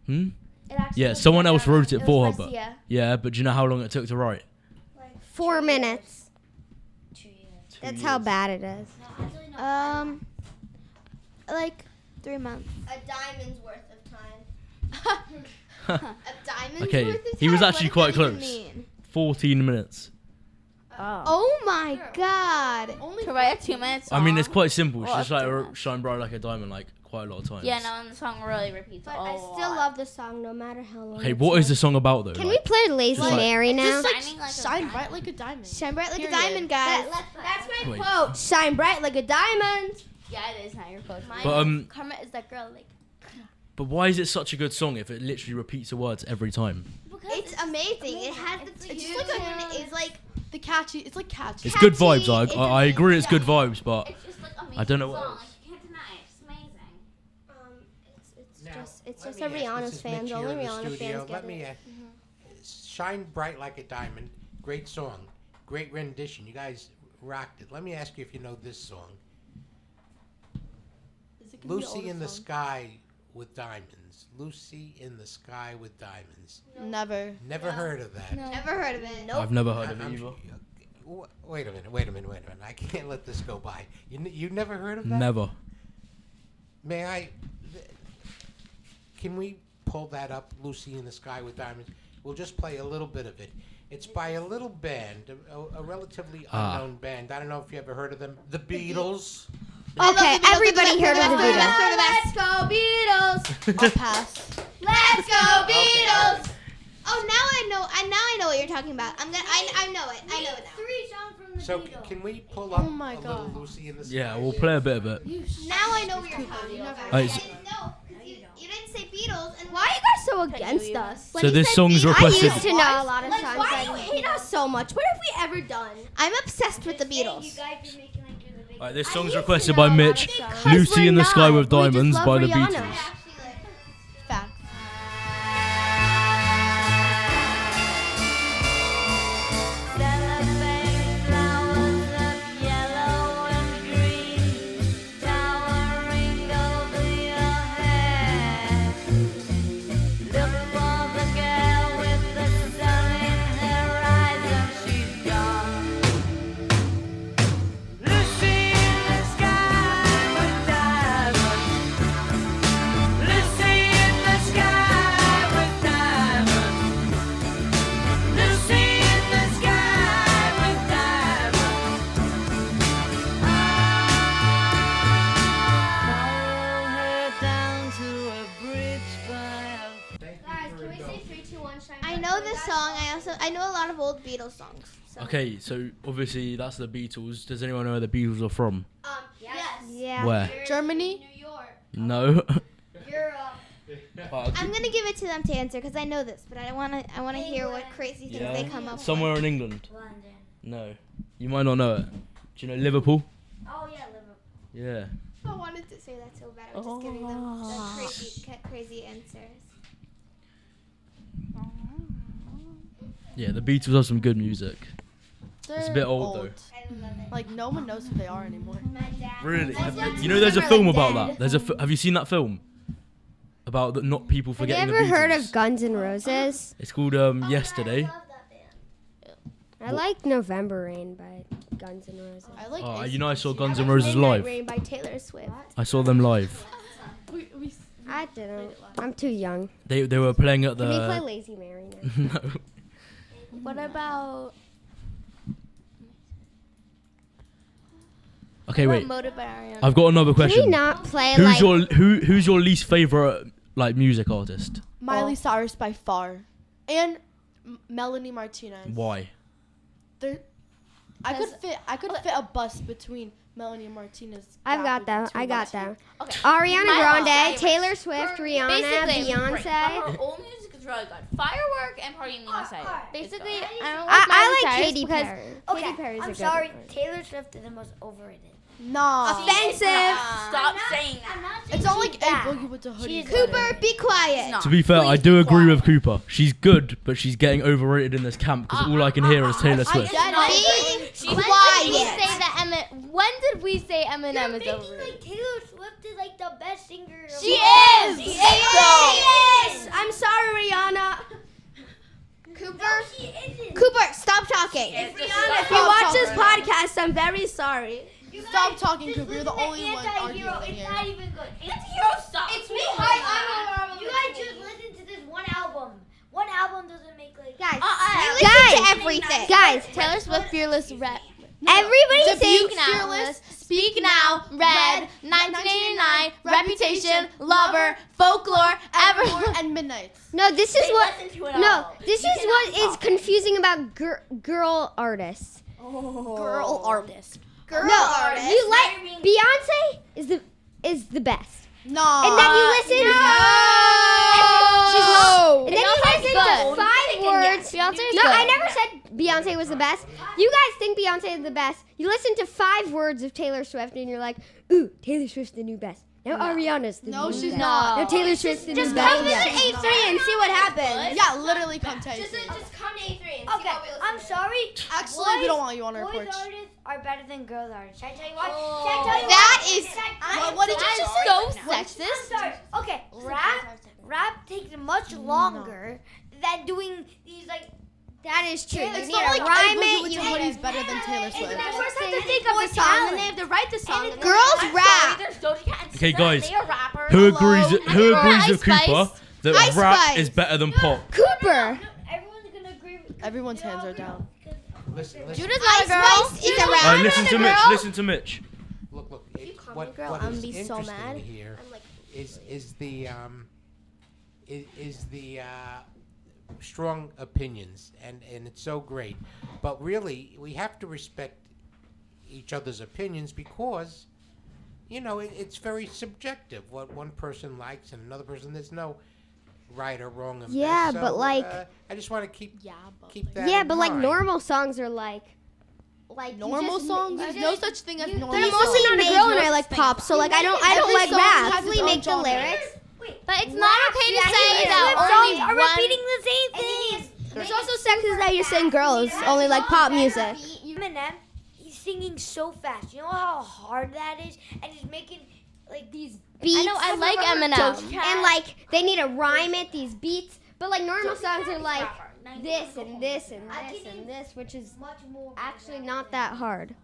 Speaker 1: Hmm.
Speaker 10: It actually
Speaker 1: Yeah, someone else wrote it
Speaker 10: It
Speaker 1: for her,
Speaker 10: was
Speaker 1: but
Speaker 10: Marcia.
Speaker 1: yeah, but do you know how long it took to write?
Speaker 2: Four minutes. That's how bad it is.
Speaker 10: Um, like three months.
Speaker 5: A diamond's worth of time. a diamond's
Speaker 1: Okay,
Speaker 5: worth of
Speaker 1: he was
Speaker 5: time?
Speaker 1: actually
Speaker 5: What
Speaker 1: quite
Speaker 5: does that even
Speaker 1: close.
Speaker 5: mean?
Speaker 1: Fourteen minutes.
Speaker 10: Oh, my god!
Speaker 7: To write a two minute song.
Speaker 1: I mean, it's quite simple. She
Speaker 7: Well,
Speaker 1: just like wrote "Shine Bright Like a Diamond" like quite a lot of times.
Speaker 7: Oh. Yeah, no, and the song really repeats
Speaker 2: But
Speaker 7: a
Speaker 2: I
Speaker 7: lot.
Speaker 2: still love the song, no matter how long.
Speaker 1: Hey, what is the song about though?
Speaker 2: Can we
Speaker 1: Like,
Speaker 2: play Lazy
Speaker 1: just like-
Speaker 2: Mary now?
Speaker 3: Just like, shine bright like a diamond.
Speaker 10: Shine bright like
Speaker 3: Period.
Speaker 10: a diamond, guys.
Speaker 5: that's
Speaker 1: my Wait.
Speaker 10: quote. Shine bright like a diamond.
Speaker 7: Yeah, it is not your quote.
Speaker 1: But, um,
Speaker 7: Karma is that girl like.
Speaker 1: but why is it such a good song if it literally repeats the words every time?
Speaker 5: It's amazing. It has the
Speaker 3: It's
Speaker 5: tune.
Speaker 3: just like a-
Speaker 5: It's like
Speaker 3: The catchy. It's like catchy.
Speaker 1: It's good vibes. I, I, I agree, it's good vibes, but I don't know what
Speaker 7: song,
Speaker 1: else.
Speaker 7: You can't deny it. It's amazing.
Speaker 2: Um, it's, it's
Speaker 13: Now,
Speaker 2: just it's
Speaker 13: let
Speaker 2: just
Speaker 13: me ask,
Speaker 2: a
Speaker 13: this
Speaker 2: Rihanna's
Speaker 13: is
Speaker 2: fans.
Speaker 13: Mitch here
Speaker 2: Only
Speaker 13: in the
Speaker 2: Rihanna
Speaker 13: studio.
Speaker 2: fans
Speaker 13: Let
Speaker 2: get
Speaker 13: me
Speaker 2: it.
Speaker 13: ask, Shine Bright Like a Diamond, great song, great rendition. You guys rocked it. Let me ask you if you know this song. Lucy in the Sky with Diamonds. Lucy in the Sky with Diamonds.
Speaker 3: Never.
Speaker 13: Never heard of that.
Speaker 5: never heard of it.
Speaker 1: I've never heard of
Speaker 13: I-
Speaker 1: it
Speaker 13: I'm-
Speaker 1: either.
Speaker 13: w- Wait a minute, wait a minute, wait a minute. I can't let this go by. You, n- you never heard of that?
Speaker 1: Never.
Speaker 13: May I? th- Can we pull that up, Lucy in the Sky with Diamonds? We'll just play a little bit of it. It's by a little band, a- a, a relatively
Speaker 1: Ah.
Speaker 13: unknown band. I don't know if you ever heard of them. The Beatles.
Speaker 2: Okay, everybody heard of the Beatles.
Speaker 5: Let's go Beatles.
Speaker 3: I'll pass.
Speaker 5: Let's go Beatles. Oh, now I know. I now I know what you're talking about. I'm gonna. I, I know it. I know it now. Three songs from
Speaker 13: So c- can we pull
Speaker 2: Oh
Speaker 13: up a little Lucy in the Sky?
Speaker 1: Yeah, we'll play a bit of it.
Speaker 5: Now I know what you're talking about.
Speaker 1: Uh,
Speaker 5: I
Speaker 1: it's-
Speaker 5: didn't know. 'cause You, you didn't say Beatles, and why are you guys so against us?
Speaker 1: So this song's requested.
Speaker 10: I used to know a lot of
Speaker 5: Like,
Speaker 10: songs.
Speaker 5: why
Speaker 10: I
Speaker 5: do you
Speaker 10: didn't
Speaker 5: hate
Speaker 10: know.
Speaker 5: us so much? What have we ever done? I'm obsessed with the Beatles.
Speaker 1: Alright, this song's requested by Mitch. Lucy in the Sky with Diamonds
Speaker 5: love
Speaker 1: by the
Speaker 5: Rihanna.
Speaker 1: Beatles.
Speaker 10: I know this song. I also I know a lot of old Beatles songs. So.
Speaker 1: Okay, so obviously that's the Beatles. Does anyone know where the Beatles are from?
Speaker 5: Um, yes.
Speaker 1: Yeah. Where?
Speaker 3: Germany.
Speaker 5: New York. uh,
Speaker 1: No.
Speaker 5: Europe.
Speaker 10: I'm gonna give it to them to answer because I know this, but I want to I want to hear what crazy things
Speaker 1: Yeah.
Speaker 10: they come up
Speaker 1: Somewhere in England. No. You might not know it. Do you know Liverpool?
Speaker 10: Oh yeah, Liverpool.
Speaker 1: Yeah.
Speaker 10: I wanted to say that so bad. I'm just giving them
Speaker 2: Oh.
Speaker 10: the crazy ca- crazy answers.
Speaker 1: Yeah, the Beatles have some good music. It's a bit
Speaker 3: They're
Speaker 1: old,
Speaker 3: Like no one knows who they are anymore.
Speaker 1: though. Really?
Speaker 3: That's why
Speaker 1: You know, there's a
Speaker 3: Timberlake
Speaker 1: film about
Speaker 3: dead.
Speaker 1: that. There's a. F- have you seen that film? About the, not people
Speaker 2: Have you
Speaker 1: forgetting
Speaker 2: ever
Speaker 1: the Beatles.
Speaker 2: heard Oh, of Guns N' Roses?
Speaker 1: It's called um, Yesterday.
Speaker 2: I like November Rain by Guns N' Roses.
Speaker 3: I like.
Speaker 1: Oh, you know, I saw Guns N' Roses live.
Speaker 10: Rain by Taylor Swift.
Speaker 1: I saw them live.
Speaker 3: We, we,
Speaker 2: I didn't. I'm too young.
Speaker 1: They they were playing at the.
Speaker 2: Can we play Lazy Mary now?
Speaker 1: no.
Speaker 4: What about
Speaker 1: Okay, wait.
Speaker 4: Motive by Ariana?
Speaker 1: I've got another question.
Speaker 2: not play,
Speaker 1: Who's
Speaker 2: like-
Speaker 1: your who Who's your least favorite like music artist?
Speaker 3: Miley Cyrus by far, and M- Melanie Martinez.
Speaker 1: Why?
Speaker 3: They're, I could fit. I could fit a bus between Melanie and Martinez.
Speaker 2: I've
Speaker 3: gap
Speaker 2: got them.
Speaker 3: between
Speaker 2: I got
Speaker 3: two.
Speaker 2: them.
Speaker 7: Okay.
Speaker 2: Ariana
Speaker 7: My
Speaker 2: Grande,
Speaker 7: favorite.
Speaker 2: Taylor Swift, Rihanna,
Speaker 7: Basically, great, but
Speaker 2: Beyonce.
Speaker 7: Her old music is really good. Firework and Party in the Side. Basically,
Speaker 8: I don't
Speaker 2: I-
Speaker 8: like
Speaker 2: I
Speaker 8: Miley
Speaker 2: like
Speaker 8: Cyrus
Speaker 2: Katy
Speaker 8: because
Speaker 2: Perry.
Speaker 8: Okay,
Speaker 2: Katy Perry's a
Speaker 8: I'm
Speaker 2: good
Speaker 8: sorry.
Speaker 2: one.
Speaker 8: Taylor Swift is the most overrated.
Speaker 3: No.
Speaker 5: Offensive.
Speaker 14: Stop saying that.
Speaker 5: It's all like April with the hoodie. Cooper, be quiet.
Speaker 1: To be fair, I do agree with Cooper. She's good, but she's getting overrated in this camp because all I can hear is Taylor Swift.
Speaker 5: Be
Speaker 7: When did we say
Speaker 5: quiet.
Speaker 7: that Emma? When did we say Eminem is over?
Speaker 8: Like Taylor Swift is like the best singer. of
Speaker 7: She
Speaker 8: all
Speaker 7: is!
Speaker 8: time.
Speaker 7: She is!
Speaker 8: is!
Speaker 5: I'm sorry, Rihanna. Cooper.
Speaker 8: isn't.
Speaker 5: Cooper, stop talking.
Speaker 8: If
Speaker 5: Stop
Speaker 8: Rihanna-
Speaker 5: talking.
Speaker 8: If you watch this
Speaker 5: podcast, I'm very sorry.
Speaker 3: Stop talking, Cooper. You're the only one arguing
Speaker 8: Anti-hero, it's
Speaker 3: here.
Speaker 8: not even good.
Speaker 7: Anti-hero sucks.
Speaker 8: It's me.
Speaker 7: Oh my
Speaker 8: I,
Speaker 7: God.
Speaker 8: I'm You guys just listen to this one album. One album doesn't make like
Speaker 5: guys.
Speaker 7: Uh-uh.
Speaker 5: we listen to everything.
Speaker 7: Guys, Taylor Swift Fearless Red.
Speaker 5: Everybody
Speaker 7: Debut
Speaker 5: sings
Speaker 7: Fearless, Speak Now, Red, 1989, Reputation, Lover, Folklore, Evermore,
Speaker 3: and Midnight.
Speaker 2: No, this is
Speaker 7: They
Speaker 2: what.
Speaker 7: listen to it
Speaker 2: no,
Speaker 7: all.
Speaker 2: this
Speaker 7: You
Speaker 2: is what
Speaker 7: cannot
Speaker 2: is
Speaker 7: talk.
Speaker 2: confusing about gir- girl artists.
Speaker 10: Oh.
Speaker 7: Girl
Speaker 2: artist.
Speaker 7: Girl
Speaker 2: no,
Speaker 7: artist.
Speaker 2: You like
Speaker 7: Now you're
Speaker 2: Beyonce is the is the best.
Speaker 3: No.
Speaker 2: And then you listen. She's not- And then you
Speaker 7: No. Beyonce's
Speaker 2: listen
Speaker 7: good.
Speaker 2: to five
Speaker 7: Chicken,
Speaker 2: words.
Speaker 7: yes. Beyonce's
Speaker 2: no,
Speaker 7: good.
Speaker 2: I never said Beyonce was the best. You guys think Beyonce is the best. You listen to five words of Taylor Swift and you're like, ooh, Taylor Swift's the new best. Now Ariana's the
Speaker 3: No,
Speaker 2: new
Speaker 3: she's
Speaker 2: best.
Speaker 3: not.
Speaker 2: Now Taylor Swift's the
Speaker 3: Just
Speaker 2: new
Speaker 3: come
Speaker 2: best.
Speaker 3: visit She's not. A3 and see what happens. Yeah, literally come to
Speaker 8: Just,
Speaker 3: A3.
Speaker 8: just come to A3 and okay, see what we listen I'm sorry.
Speaker 3: Actually, we don't want you on our
Speaker 8: boys
Speaker 3: porch.
Speaker 8: Boys artists are better than girls artists. Should I tell you why?
Speaker 7: Oh.
Speaker 8: Should I tell you
Speaker 7: That
Speaker 8: why?
Speaker 7: is-
Speaker 8: Should I-
Speaker 7: Well, what did you
Speaker 8: I'm
Speaker 7: just
Speaker 8: sorry.
Speaker 7: say? So
Speaker 8: I'm
Speaker 7: sexist.
Speaker 8: sorry. Okay, rap, rap takes much longer than doing these like.
Speaker 2: That is
Speaker 3: true. It's not like Igloo with your hoodie's better than Taylor Swift.
Speaker 8: They first
Speaker 7: They
Speaker 8: have to think
Speaker 7: have
Speaker 8: of
Speaker 7: the talent.
Speaker 8: the song, and they have to write the song. and then-
Speaker 5: Girls
Speaker 8: I'm
Speaker 5: rap.
Speaker 8: sorry,
Speaker 7: There's Doja Cat and
Speaker 1: Okay, guys,
Speaker 7: They are rappers.
Speaker 1: Who agrees? Who agrees with
Speaker 7: Ice
Speaker 1: Cooper
Speaker 7: Spice.
Speaker 1: that
Speaker 7: Ice
Speaker 1: rap
Speaker 7: Spice.
Speaker 1: is better than pop?
Speaker 2: Cooper.
Speaker 8: Everyone's gonna agree. with-
Speaker 3: Everyone's hands are down.
Speaker 13: Listen, listen.
Speaker 7: Judah's not a girl.
Speaker 5: Spice
Speaker 7: Judah's
Speaker 1: All
Speaker 7: not
Speaker 1: right,
Speaker 7: a
Speaker 1: listen to
Speaker 7: girl.
Speaker 1: Mitch. Listen to Mitch.
Speaker 13: Look, look. It,
Speaker 5: call me
Speaker 13: what,
Speaker 5: girl,
Speaker 13: what
Speaker 5: I'm
Speaker 13: is
Speaker 5: be so
Speaker 13: interesting
Speaker 5: mad.
Speaker 13: here
Speaker 5: I'm like-
Speaker 13: is is the um, is, is the uh, strong opinions, and and it's so great. But really, we have to respect each other's opinions because, you know, it, it's very subjective. What one person likes and another person, there's no right or wrong. in that.
Speaker 2: Yeah, but
Speaker 13: So,
Speaker 2: like-
Speaker 13: uh, I just want to keep yeah, but keep that.
Speaker 2: Yeah,
Speaker 13: in
Speaker 2: but like
Speaker 13: mind.
Speaker 2: normal songs are like like you
Speaker 3: Normal
Speaker 2: just-
Speaker 3: songs?
Speaker 2: you
Speaker 3: There's no
Speaker 2: just-
Speaker 3: such thing as
Speaker 2: you-
Speaker 3: normal
Speaker 2: But I'm
Speaker 3: songs.
Speaker 2: also not a
Speaker 3: Mostly
Speaker 2: girl and I
Speaker 3: made
Speaker 2: like
Speaker 3: those
Speaker 2: pop, so
Speaker 3: things.
Speaker 2: like I don't I
Speaker 3: Every
Speaker 2: don't like
Speaker 3: song
Speaker 2: rap.
Speaker 3: has its
Speaker 2: Actually
Speaker 3: own
Speaker 2: make the
Speaker 3: genre.
Speaker 2: lyrics.
Speaker 7: But it's not okay to say that only
Speaker 2: songs are
Speaker 7: one-
Speaker 2: repeating
Speaker 8: the same thing.
Speaker 2: There's also sexist that you're saying girls only like pop music.
Speaker 8: Eminem, he's singing so fast. You know how hard that is, and he's making like these
Speaker 2: Beats.
Speaker 8: And
Speaker 2: And like they need to rhyme it these beats, but like normal songs are like this and this and this and this, which is actually not that hard.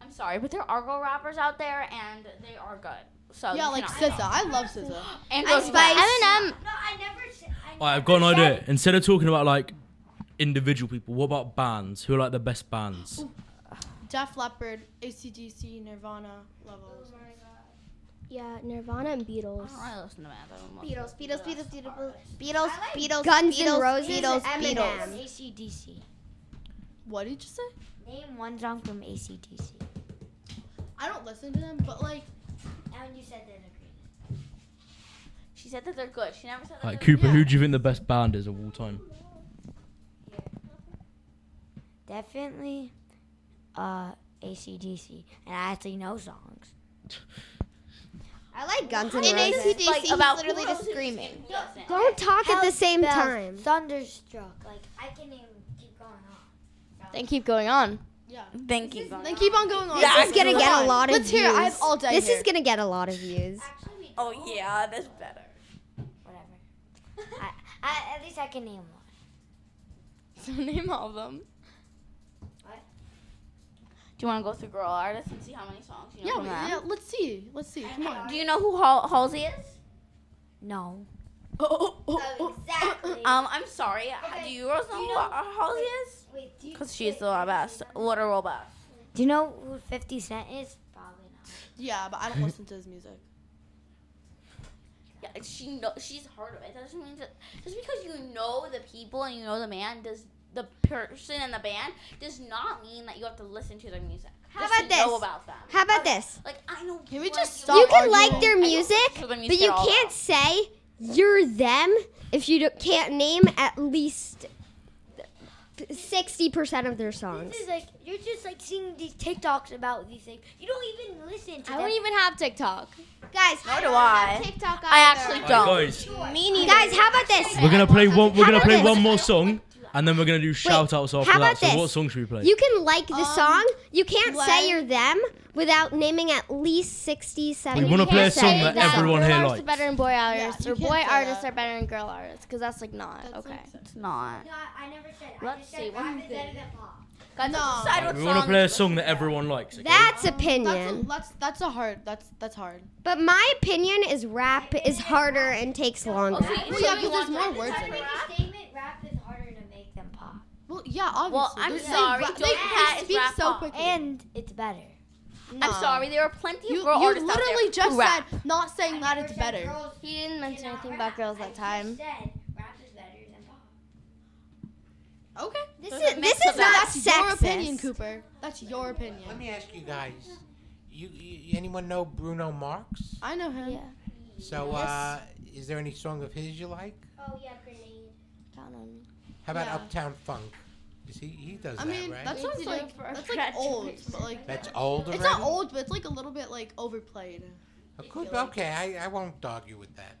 Speaker 7: I'm sorry, but there are girl rappers out there, and they are good. So
Speaker 3: Yeah,
Speaker 7: you
Speaker 3: like
Speaker 7: cannot-
Speaker 3: SZA. I love SZA.
Speaker 7: And
Speaker 3: Ice
Speaker 7: Ghost Spice.
Speaker 3: Spice.
Speaker 7: Eminem.
Speaker 8: No, I never. Said, I
Speaker 1: All right, I've got an idea. Instead of talking about like individual people, what about bands? Who are like the best bands?
Speaker 3: Def Leppard, ACDC, Nirvana levels.
Speaker 4: Yeah, Nirvana and Beatles.
Speaker 7: I don't listen to that.
Speaker 5: Beatles, Beatles, Beatles, Beatles, Beatles, Beatles,
Speaker 4: Guns N'
Speaker 5: Beatles,
Speaker 4: Roses,
Speaker 5: Beatles,
Speaker 4: Eminem.
Speaker 5: Beatles.
Speaker 8: ACDC.
Speaker 3: What did you say?
Speaker 8: Name one song from ACDC.
Speaker 3: I don't listen to them, but like.
Speaker 8: And you said that.
Speaker 7: She said that they're good. She never said that.
Speaker 1: All right,
Speaker 7: they're
Speaker 1: Cooper, who do you think the best band is of all time?
Speaker 15: Definitely uh, ACDC. And I actually know songs.
Speaker 2: I like Guns
Speaker 15: N'
Speaker 2: and
Speaker 15: In
Speaker 2: Roses.
Speaker 15: ACDC, Like, he's about literally who just knows
Speaker 2: screaming.
Speaker 7: doesn't?
Speaker 2: Don't talk at the same
Speaker 8: Hell's Bells,
Speaker 2: time.
Speaker 8: Thunderstruck. Like I can even keep going on.
Speaker 7: Then keep going on.
Speaker 3: Yeah.
Speaker 7: Then keep going.
Speaker 3: Then keep on going on.
Speaker 2: This is gonna
Speaker 3: Go
Speaker 2: get
Speaker 3: on.
Speaker 2: a lot of
Speaker 3: Let's
Speaker 2: views.
Speaker 3: hear. it. I have all day.
Speaker 2: This
Speaker 3: here.
Speaker 2: is gonna get a lot of views.
Speaker 7: Oh yeah, that's better.
Speaker 8: I, I, at least I can name one.
Speaker 7: So name all of them.
Speaker 8: What?
Speaker 7: Do you want to go through girl artists and see how many songs you know
Speaker 3: Yeah,
Speaker 7: from
Speaker 3: we-
Speaker 7: them?
Speaker 3: yeah. Let's see. Let's see. Come on.
Speaker 7: Do you know who Hal- Halsey is?
Speaker 15: No.
Speaker 7: Oh,
Speaker 8: exactly.
Speaker 7: Um, I'm sorry. Do you girls know, who Hal- Halsey is?
Speaker 8: Wait, do you,
Speaker 7: Because she's the best, literal best.
Speaker 15: Do you know who 50 Cent is? Probably not.
Speaker 3: Yeah, but I don't listen to his music.
Speaker 7: Yeah, like, she know she's heard of it. That doesn't mean that just because you know the people and you know the man does the person and the band does not mean that you have to listen to their music.
Speaker 2: How
Speaker 7: Just
Speaker 2: about
Speaker 7: to know
Speaker 2: this?
Speaker 7: about them.
Speaker 2: How about this?
Speaker 7: Like I know.
Speaker 3: Can we
Speaker 7: one
Speaker 3: just
Speaker 7: you-
Speaker 3: stop
Speaker 2: you can
Speaker 3: arguing.
Speaker 2: like their music,
Speaker 7: to the
Speaker 2: but
Speaker 7: music
Speaker 2: you
Speaker 7: at all.
Speaker 2: can't say you're them if you do can't name at least sixty percent of their songs.
Speaker 8: This is like you're just like seeing these TikToks about these things. You don't even listen to
Speaker 3: I
Speaker 8: them.
Speaker 3: don't even
Speaker 8: have TikTok.
Speaker 3: Guys,
Speaker 8: Nor
Speaker 3: I
Speaker 8: do
Speaker 3: don't have
Speaker 8: I.
Speaker 3: TikTok
Speaker 8: I
Speaker 3: either.
Speaker 8: actually
Speaker 1: Alright, guys.
Speaker 3: Me neither.
Speaker 2: Guys, how about this?
Speaker 1: We're gonna play one. We're
Speaker 2: How
Speaker 1: gonna
Speaker 2: about
Speaker 1: play
Speaker 2: this?
Speaker 1: one more song, and then we're gonna do shout outs
Speaker 2: How
Speaker 1: after that.
Speaker 2: about
Speaker 1: So
Speaker 2: this?
Speaker 1: what song should we play?
Speaker 2: You can like the
Speaker 3: Um,
Speaker 2: song. You can't
Speaker 3: what?
Speaker 2: say you're them without naming at least 60, 70.
Speaker 1: wanna play a song that
Speaker 2: percent.
Speaker 1: everyone here
Speaker 4: Girl
Speaker 1: likes.
Speaker 4: artists are better than boy artists,
Speaker 3: you
Speaker 4: or
Speaker 3: can't
Speaker 4: boy
Speaker 3: say
Speaker 4: artists
Speaker 3: that.
Speaker 4: are better than girl artists, because that's like not okay. It's not.
Speaker 8: I never said. I
Speaker 4: Let's
Speaker 8: just
Speaker 4: see,
Speaker 8: said
Speaker 4: what do
Speaker 8: rap
Speaker 4: you
Speaker 8: is
Speaker 4: think?
Speaker 8: better than pop.
Speaker 3: No.
Speaker 1: we want to play a song that everyone likes. Okay?
Speaker 2: That's
Speaker 3: That's a,
Speaker 2: opinion.
Speaker 3: that's that's a hard. That's that's hard.
Speaker 2: But my opinion is rap is harder and takes longer.
Speaker 3: Well, yeah, because there's more words in
Speaker 8: Make
Speaker 3: it.
Speaker 8: a statement. Rap is harder to make than pop.
Speaker 3: Well, yeah, obviously.
Speaker 7: Well, I'm
Speaker 3: There's-
Speaker 7: sorry,
Speaker 3: They,
Speaker 7: Doja Cat
Speaker 3: they
Speaker 7: is
Speaker 3: speak
Speaker 7: rap
Speaker 3: so
Speaker 7: pop.
Speaker 3: quickly.
Speaker 8: And it's better.
Speaker 7: I'm sorry, there are plenty of girl
Speaker 4: you
Speaker 7: artists out
Speaker 4: literally
Speaker 7: there
Speaker 4: just
Speaker 7: who
Speaker 4: said
Speaker 7: rap.
Speaker 3: not saying that it's better.
Speaker 4: He didn't mention anything about girls that time.
Speaker 3: Okay.
Speaker 2: This
Speaker 3: Doesn't
Speaker 2: is-
Speaker 3: make
Speaker 2: this
Speaker 3: sense.
Speaker 2: is not
Speaker 3: that's your
Speaker 2: sexist.
Speaker 3: opinion, Cooper. That's your opinion. Let
Speaker 13: me ask you guys. You, you anyone know Bruno Marx?
Speaker 3: I know him. Yeah.
Speaker 13: So uh, is there any song of his you like?
Speaker 8: Oh yeah, grenade. Count on me.
Speaker 13: How about
Speaker 3: Yeah.
Speaker 13: Uptown Funk? Is he he does
Speaker 3: I
Speaker 13: that
Speaker 3: mean,
Speaker 13: right?
Speaker 3: that sounds like that's like old, but like
Speaker 13: That's old
Speaker 3: It's
Speaker 13: already?
Speaker 3: not old, but it's like a little bit like overplayed.
Speaker 13: Of course- okay, I, I won't argue with that.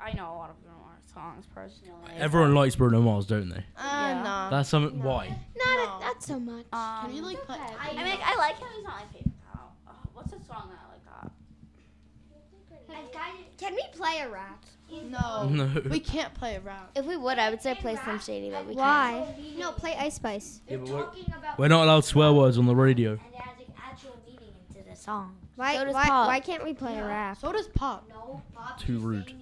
Speaker 7: I know a lot of Bruno Mars songs personally.
Speaker 1: Everyone likes Bruno Mars, don't they?
Speaker 3: Uh, no.
Speaker 1: That's something. Why?
Speaker 3: Not,
Speaker 5: not so much.
Speaker 3: Can you like put?
Speaker 7: Um, I mean, like, I like him. He's not my favorite. Oh, oh, what's a song that I like? Uh,
Speaker 2: Can we play a rap?
Speaker 3: No.
Speaker 1: No.
Speaker 3: We can't play around.
Speaker 4: If we would, I would say play some shady, but we
Speaker 2: Why? No, play Ice Spice.
Speaker 1: Yeah, but we're, we're not allowed swear words on the radio.
Speaker 8: And it has an actual meaning into the song.
Speaker 2: Why?
Speaker 8: So does
Speaker 2: why,
Speaker 8: pop.
Speaker 2: why can't we play a rap?
Speaker 3: So does pop.
Speaker 8: No, pop
Speaker 1: Too rude.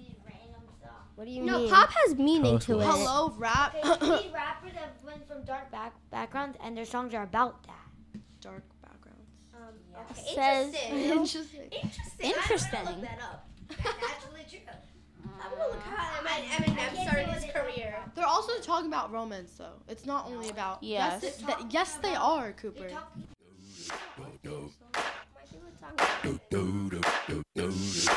Speaker 8: What do
Speaker 2: No, pop has meaning
Speaker 1: Curse
Speaker 2: to it.
Speaker 1: words.
Speaker 3: Hello, rap.
Speaker 8: These rappers have went from dark back backgrounds, and their songs are about that.
Speaker 3: Dark backgrounds.
Speaker 8: Um,
Speaker 4: It says-
Speaker 3: Interesting.
Speaker 8: Interesting.
Speaker 7: Interesting.
Speaker 8: I'm gonna look that up. That's actually true. I'm gonna look how
Speaker 16: Emin- Eminem started his career.
Speaker 3: They're also talking about romance, though. It's not only about.
Speaker 7: Yes.
Speaker 3: Yes, it- th- yes they are, Cooper.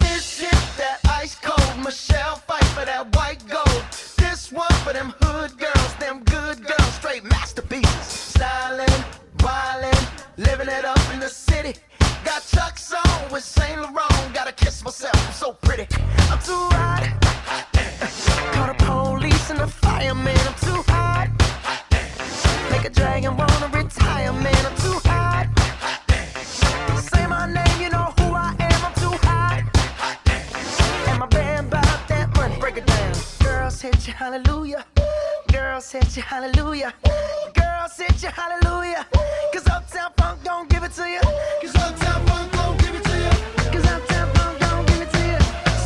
Speaker 11: This is that ice cold Michelle fight for that white gold. This one for them hood girls, them good girls, straight masterpieces. Stylin', wildin', living it up in the city. Got Chuck's on with Saint Laurent. Gotta kiss myself, I'm so pretty. I'm too hot. Call the police and the fireman. I'm too hot. Make a dragon wanna retire, man. I'm too hot. Say my name, you know who I am. I'm too hot. And my band bought that money. Break it down. Girls hit you, hallelujah. Girls hit you, hallelujah. Girls hit you, hallelujah. Cause Uptown Funk don't give it to you. Cause Uptown Funk don't give it to you. Cause Uptown Funk don't give it to you.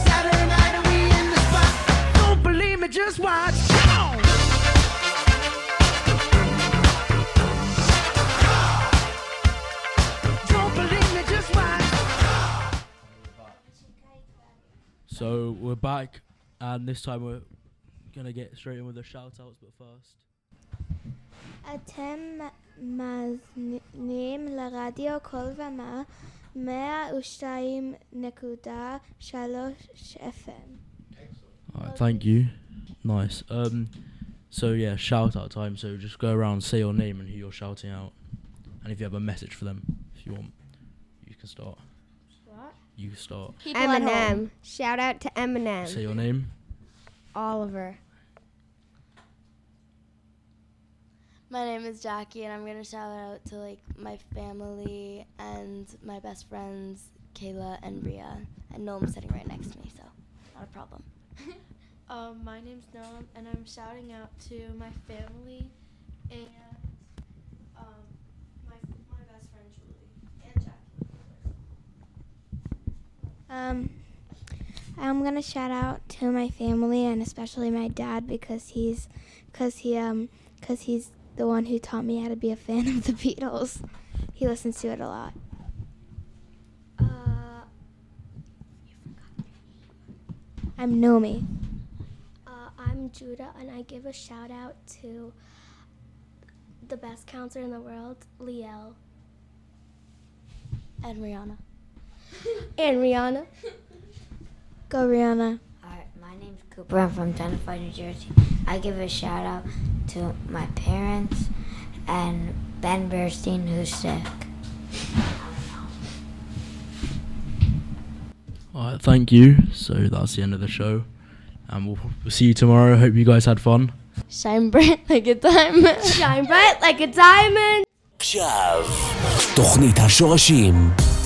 Speaker 11: Saturday night and we in the spot. Don't believe me, just watch. Come on. Don't believe me, just watch.
Speaker 1: So we're back, and this time we're gonna get straight in with the shout outs. But first,
Speaker 5: אתם מאזינים לרדיו כל במה 102.3 FM.
Speaker 1: Alright, thank you. Nice. Um, so yeah, shout out time. So just go around, say your name and who you're shouting out, and if you have a message for them, if you want, you can start.
Speaker 3: What?
Speaker 1: You start.
Speaker 2: Eminem. Shout out to Eminem.
Speaker 1: Say your name.
Speaker 2: Oliver.
Speaker 4: My name is Jackie, and I'm gonna shout out to like my family and my best friends, Kayla and Bria, and Noam's sitting right next to me, so not a problem.
Speaker 17: Um, my name's Noam, and I'm shouting out to my family and um, my, my best friend Julie and Jack.
Speaker 5: Um, I'm gonna shout out to my family and especially my dad because he's, cause he um, cause he's the one who taught me how to be a fan of the Beatles. He listens to it a lot.
Speaker 18: Uh,
Speaker 5: I'm Nomi.
Speaker 18: Uh, I'm Judah, and I give a shout out to the best counselor in the world, Liel.
Speaker 4: And Rihanna.
Speaker 5: And Rihanna. Go Rihanna.
Speaker 8: My name's Cooper. I'm from Dunford, New Jersey. I give a shout out to my parents and Ben Burstein, who's sick.
Speaker 1: All right, thank you. So that's the end of the show, and we'll we'll see you tomorrow. Hope you guys had fun.
Speaker 4: Shine bright like a diamond.
Speaker 19: Shine bright like a diamond.
Speaker 20: עכשיו, תוכנית השורשים.